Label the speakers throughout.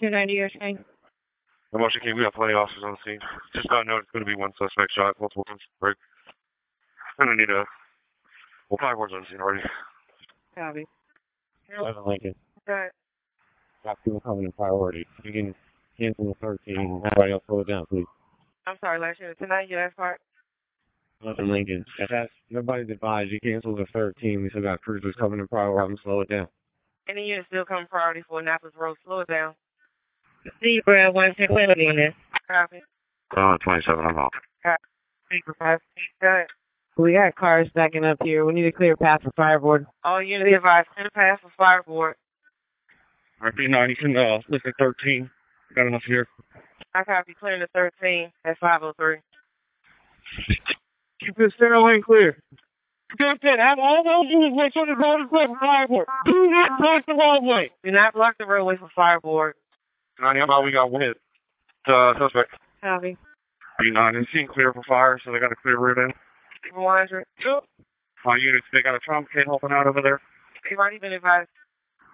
Speaker 1: Two ninety, you're saying?
Speaker 2: The motion carried. We got plenty of officers on the scene. Just not know it's going to be one suspect shot, multiple times break. And we need a, well, five words on the scene already.
Speaker 1: Copy.
Speaker 3: President Lincoln,
Speaker 1: Right.
Speaker 3: stop people coming in priority. You can cancel the 13, everybody else slow it down, please.
Speaker 1: I'm sorry, last year, tonight, your last part?
Speaker 3: President Lincoln, if that's, nobody's advised, you cancel the 13, we still got cruisers coming in priority, slow it down.
Speaker 1: And then you're still coming priority for Annapolis Road, slow it down. Zebra, one ten, wait a minute. Copy.
Speaker 2: Uh, 27, I'm out.
Speaker 1: Zebra, five, eight, cut. We got cars stacking up here, we need a clear path for fireboard. All units advised, clear path for fireboard.
Speaker 2: RP 90, can, uh, listen 13. Got enough here.
Speaker 1: I copy, clear to thirteen at five oh three. Keep this center lane clear. Good fit, have all those units make sure the road is clear for fireboard. Do not block the roadway. Do not block the roadway for fireboard.
Speaker 2: 90, I'm out. We got one hit. Uh, suspect.
Speaker 1: Copy.
Speaker 2: RP 9, it's seen clear for fire, so they got a clear route in.
Speaker 1: One hundred.
Speaker 2: My units, they got a trauma kid helping out over there.
Speaker 1: You've already been advised.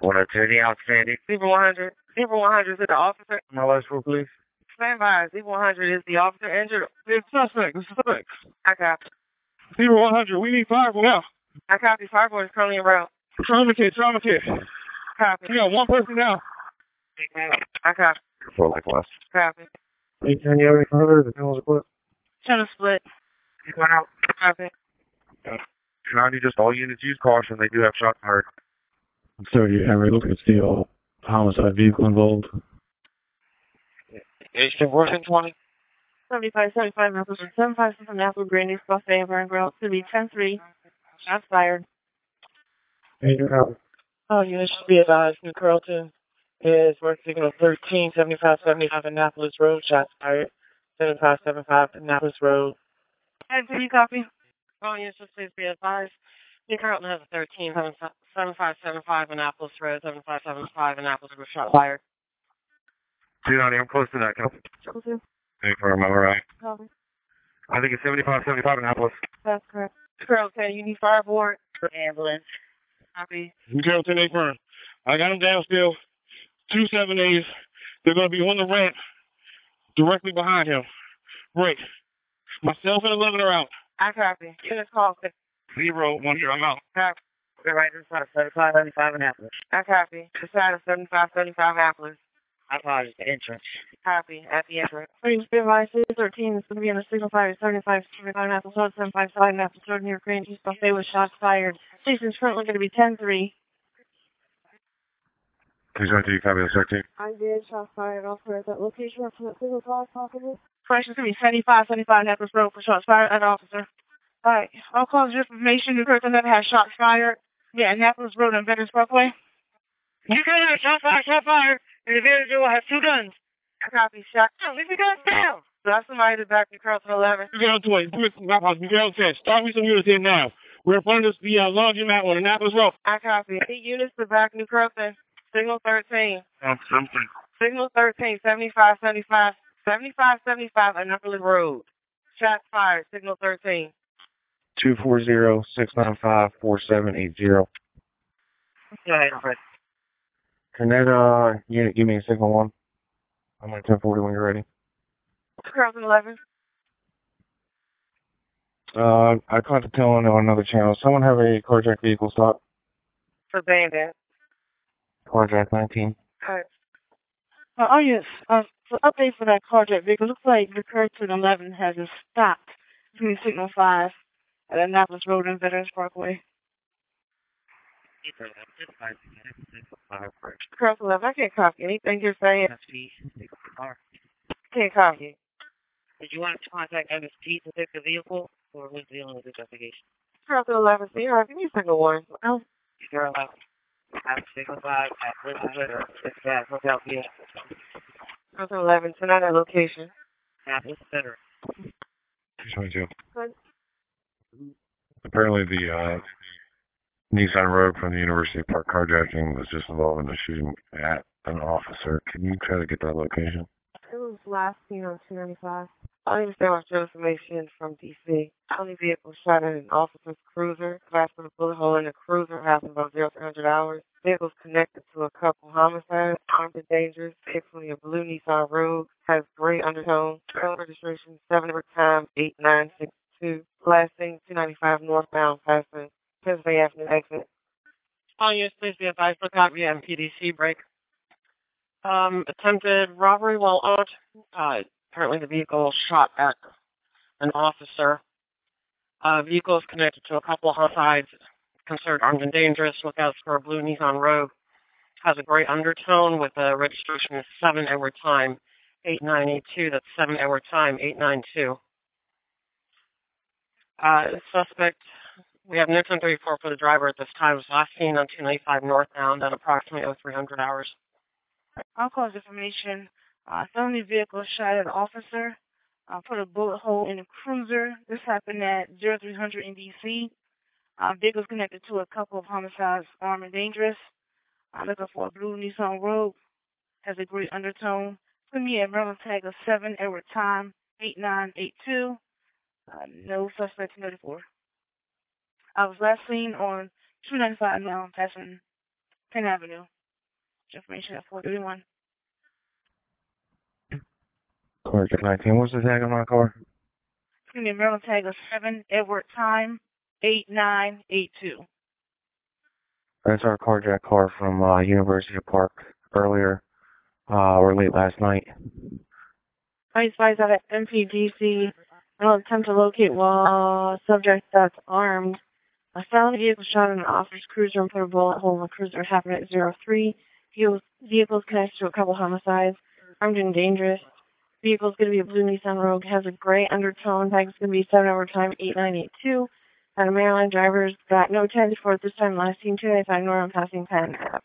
Speaker 2: One or two, the outstanding.
Speaker 1: Zebra 100. Zebra 100 is it the officer.
Speaker 2: My last four, please.
Speaker 1: Stand by. Zebra 100 is the officer injured.
Speaker 2: It's suspect, it's suspect.
Speaker 1: I copy.
Speaker 2: Zero 100, we need fire now.
Speaker 1: I copy. Fireboard is currently en route.
Speaker 2: Trauma kid, trauma kid.
Speaker 1: Copy.
Speaker 2: got one person now.
Speaker 1: I copy.
Speaker 2: Four like last.
Speaker 1: Copy.
Speaker 3: Hey, can you have any further, the panel's equipped?
Speaker 1: Channel split. Going out. Copy.
Speaker 2: 90, just all units use caution. They do have shot fired.
Speaker 3: Sir, you have a look at the homicide vehicle involved.
Speaker 2: Agent Worthing 20.
Speaker 1: 75, 75, Maple Street, 75, 75, Apple Green, East Los Angeles, Route to be 10-3. Shots fired.
Speaker 3: Agent Allen.
Speaker 1: Oh, unit should be advised. New Carlton is work signal 13, 75, 75, Annapolis Road. Shots fired. 75, 75, Annapolis Road. And do you copy? Oh, unit should please be advised. New Carlton has a 13, 75, 75, Annapolis Road, 75, 75, Annapolis Road. Shots fired.
Speaker 2: 290, I'm close to that. Can I confirm? I'm all right.
Speaker 1: Copy.
Speaker 2: I think it's 75, 75 Annapolis.
Speaker 1: That's correct. Carlton, you need fire board? Ambulance. Copy.
Speaker 2: Carol 10 confirm. I got them down still. 278. They're going to be on the ramp directly behind him. Right. Myself and 11 are out.
Speaker 1: I copy. Unit call six.
Speaker 2: Zero, one here, I'm out.
Speaker 1: Copy. We're right inside 75, 75 Annapolis. I copy. Beside of 75, 75 Annapolis. I apologize, the entrance. Copy, at the entrance. Please be advised, City 13 is going to be on the signal fire, 75, 75 Annapolis Road, 75, 75 Annapolis Road, near Grand East Buffet with shots fired. Station's currently going to be 10-3.
Speaker 2: Please run to you, copy of 13.
Speaker 1: I did shots fired off at that location, represent signal five, possible. Correction's going to be 75, 75 Annapolis Road for shots fired at officer. Alright, all calls of information, the person that has shots fired, yeah, Annapolis Road and Veterans Parkway. You can have shot fire, shot fire. And the individual has two guns. I copy shot. No, leave the guns down. So that's somebody to back to Carlton 11.
Speaker 2: Zero 20, map house, zero 10. Start me some units in now. We're in front of this, the uh, laundromat on Annapolis Road.
Speaker 1: I copy. Eight units to back New Carlton. Signal 13.
Speaker 2: That's something.
Speaker 1: Signal 13, 75, 75, 75, 75, Annapolis Road. Shot fired, signal 13.
Speaker 3: 240-695-4780.
Speaker 1: Go ahead, Fred.
Speaker 3: Can that, uh, unit give me a signal one? I'm on 1040 when you're ready.
Speaker 1: Carlton 11.
Speaker 3: Uh, I caught the tail end on another channel. Someone have a carjacked vehicle stop.
Speaker 1: For bandit.
Speaker 3: Carjack 19.
Speaker 1: Alright. Uh, oh, yes. Uh, for update for that carjack vehicle, looks like the Curtin 11 has been stopped between Signal 5 at Annapolis Road and Veterans Parkway. Curls left. I can't copy anything you're saying. Can't copy. Did you want to contact MSP to take the vehicle, or who's dealing with the investigation? Curls eleven. See, I give me a single one. Well, zero eleven. I'm single five at Little River. It's that hotel view. Curls eleven. Tonight at location. Apple Center.
Speaker 2: 22.
Speaker 1: Good.
Speaker 2: Apparently, the uh, Nissan Rogue from the University Park carjacking was just involved in a shooting at an officer. Can you try to get that location?
Speaker 1: It was last seen on two ninety five. I understand my transformation from D.C. County vehicle shot at an officer's cruiser, glass with a bullet hole in the cruiser, happened about 0 to 100 hours. Vehicles connected to a couple homicides, armed and dangerous, particularly a blue Nissan Rogue, has gray undertone, current registration 7 over time 8962, lasting 295 northbound passing Pennsylvania Avenue exit. All units, Oh, please be advised for copy and PDC break. Um, attempted robbery while out. Uh, apparently the vehicle shot at an officer. Uh, vehicle is connected to a couple of homicides, considered armed and dangerous. Look out for a blue Nissan Rogue. Has a gray undertone with a registration of 7 hour time, 8982. That's 7 hour time, 892. Uh, suspect, we have no 1034 for the driver at this time. Was last seen on 295 northbound at approximately 0300 hours. I'll cause information uh, felony vehicle shot at an officer, uh, put a bullet hole in a cruiser. This happened at 0300 in D.C. Uh, vehicles connected to a couple of homicides, armed and dangerous. I'm looking for a blue Nissan Rogue, has a gray undertone. Put me at Maryland tag of 7 Edward Time, 8982. Uh, no suspect 234. I was last seen on 295 now, passing Penn Avenue. Information at 431.
Speaker 3: Car check 19. What's the tag on my car?
Speaker 1: Give me a Maryland tag of 7 Edward Time, 8982.
Speaker 3: That's our carjack car from uh, University Park earlier uh, or late last night.
Speaker 1: I spies out at MPDC. I'll attempt to locate while uh, subject that's armed. I found a vehicle shot at an officer's cruiser and put a bullet hole in the cruiser. It happened at 03. Vehicles, vehicles connected to a couple homicides. Armed and dangerous. Vehicle's going to be a blue Nissan Rogue. Has a gray undertone. Tag's going to be 7 hour time 8982. And a Maryland driver's got no 10 for this time last seen 295 north on passing 10 Ave.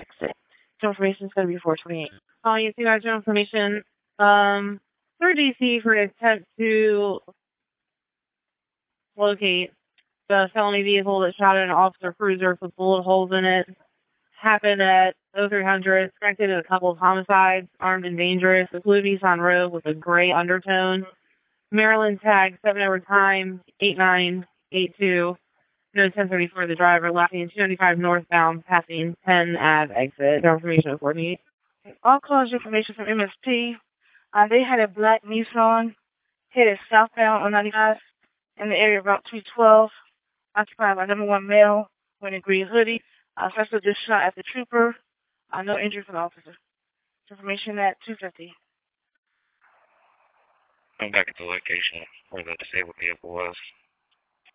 Speaker 1: exit. Information is going to be 428. All Uh, you see got your information um, through DC for an attempt to locate the felony vehicle that shot at an officer cruiser with bullet holes in it. Happened at 0300, connected to a couple of homicides, armed and dangerous, a blue Nissan Rogue with a gray undertone. Maryland tag, 7 hour time, 8982. No 1034, the driver lacking 295 northbound, passing 10 Ave exit. No information at 48. All calls information from MSP. Uh, they had a black Nissan hit it southbound on 95 in the area about 212, occupied by number one male wearing a green hoodie. Uh, special just shot at the trooper. Uh, no injury for the officer. Information at 250.
Speaker 3: I'm back at the location where the disabled vehicle was.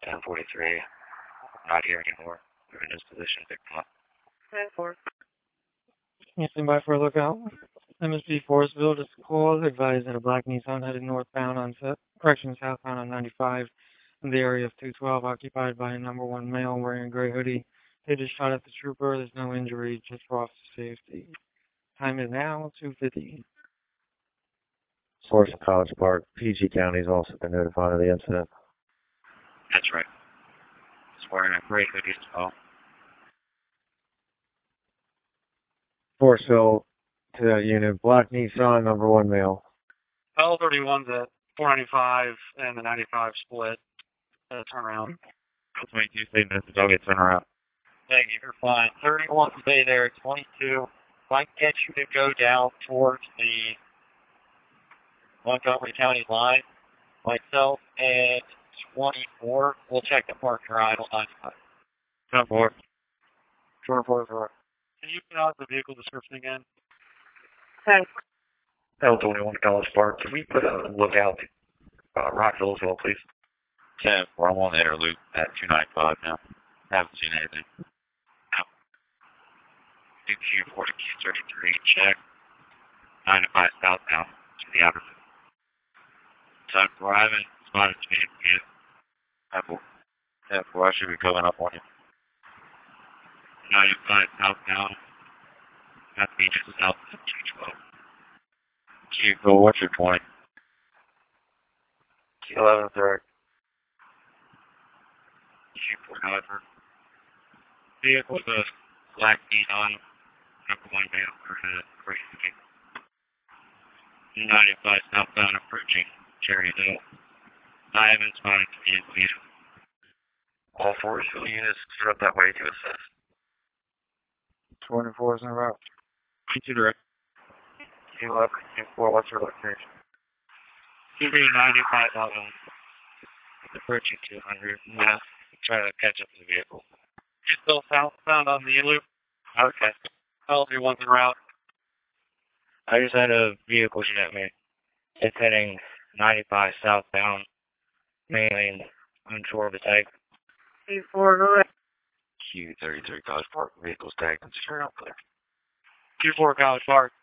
Speaker 3: 1043. Not here anymore. We're in his position. Pick him up.
Speaker 4: Can you stand by for a lookout? MSP Forestville just called, advised that a black Nissan headed northbound on, se- correction, southbound on 95 in the area of 212, occupied by a number one male wearing a gray hoodie. They just shot at the trooper. There's no injury, just for officer safety. Time is now 2.50.
Speaker 3: Source of College Park. PG County's also been notified of the incident.
Speaker 2: That's right. It's wearing a gray hoodie as well.
Speaker 3: Forestville to that unit. Black Nissan, number one male.
Speaker 5: L31's at 495 and the 95 split uh, turnaround.
Speaker 2: 22 state minutes the dog gets turned around.
Speaker 5: Thank you, you're fine. 31 stay there, 22. If I can get you to go down towards the Montgomery County line, myself and 24 will check the park drive on 95.
Speaker 2: 10 4.
Speaker 5: Sure, four, four. Can you put out the vehicle description again?
Speaker 1: Okay.
Speaker 3: L21 College Park. Can we put a lookout uh, Rockville as well, please?
Speaker 2: 10 4. I'm on the air loop at 295 now. Haven't seen anything. Out. DQ 40 33. Check. 95 southbound to the outer. Time for I haven't spotted to me yet. 10 4. 10 4. I should be coming up on you. 95 southbound. That's me just south of 212. Chief, Bill, what's your point? 11 third. Chief, however, vehicle with a black neon, number one male, for the 95 southbound approaching.
Speaker 5: Cherry Hill. I am responding to the police.
Speaker 6: All four fuel units stood up that way to assist.
Speaker 7: 24 is in a row.
Speaker 5: Two direct.
Speaker 6: Two left, two four left for location.
Speaker 5: Two being 95 level. Approaching 200. Now, try to catch up to the vehicle.
Speaker 8: You're still southbound on the loop.
Speaker 5: Okay.
Speaker 8: LZ1's en route.
Speaker 5: I just had a vehicle shoot at me. It's heading 95 southbound, main lane, unsure of the type.
Speaker 1: Three four oh direct.
Speaker 6: Q33 College Park, vehicles tagged and secure and clear.
Speaker 8: Two four College Park.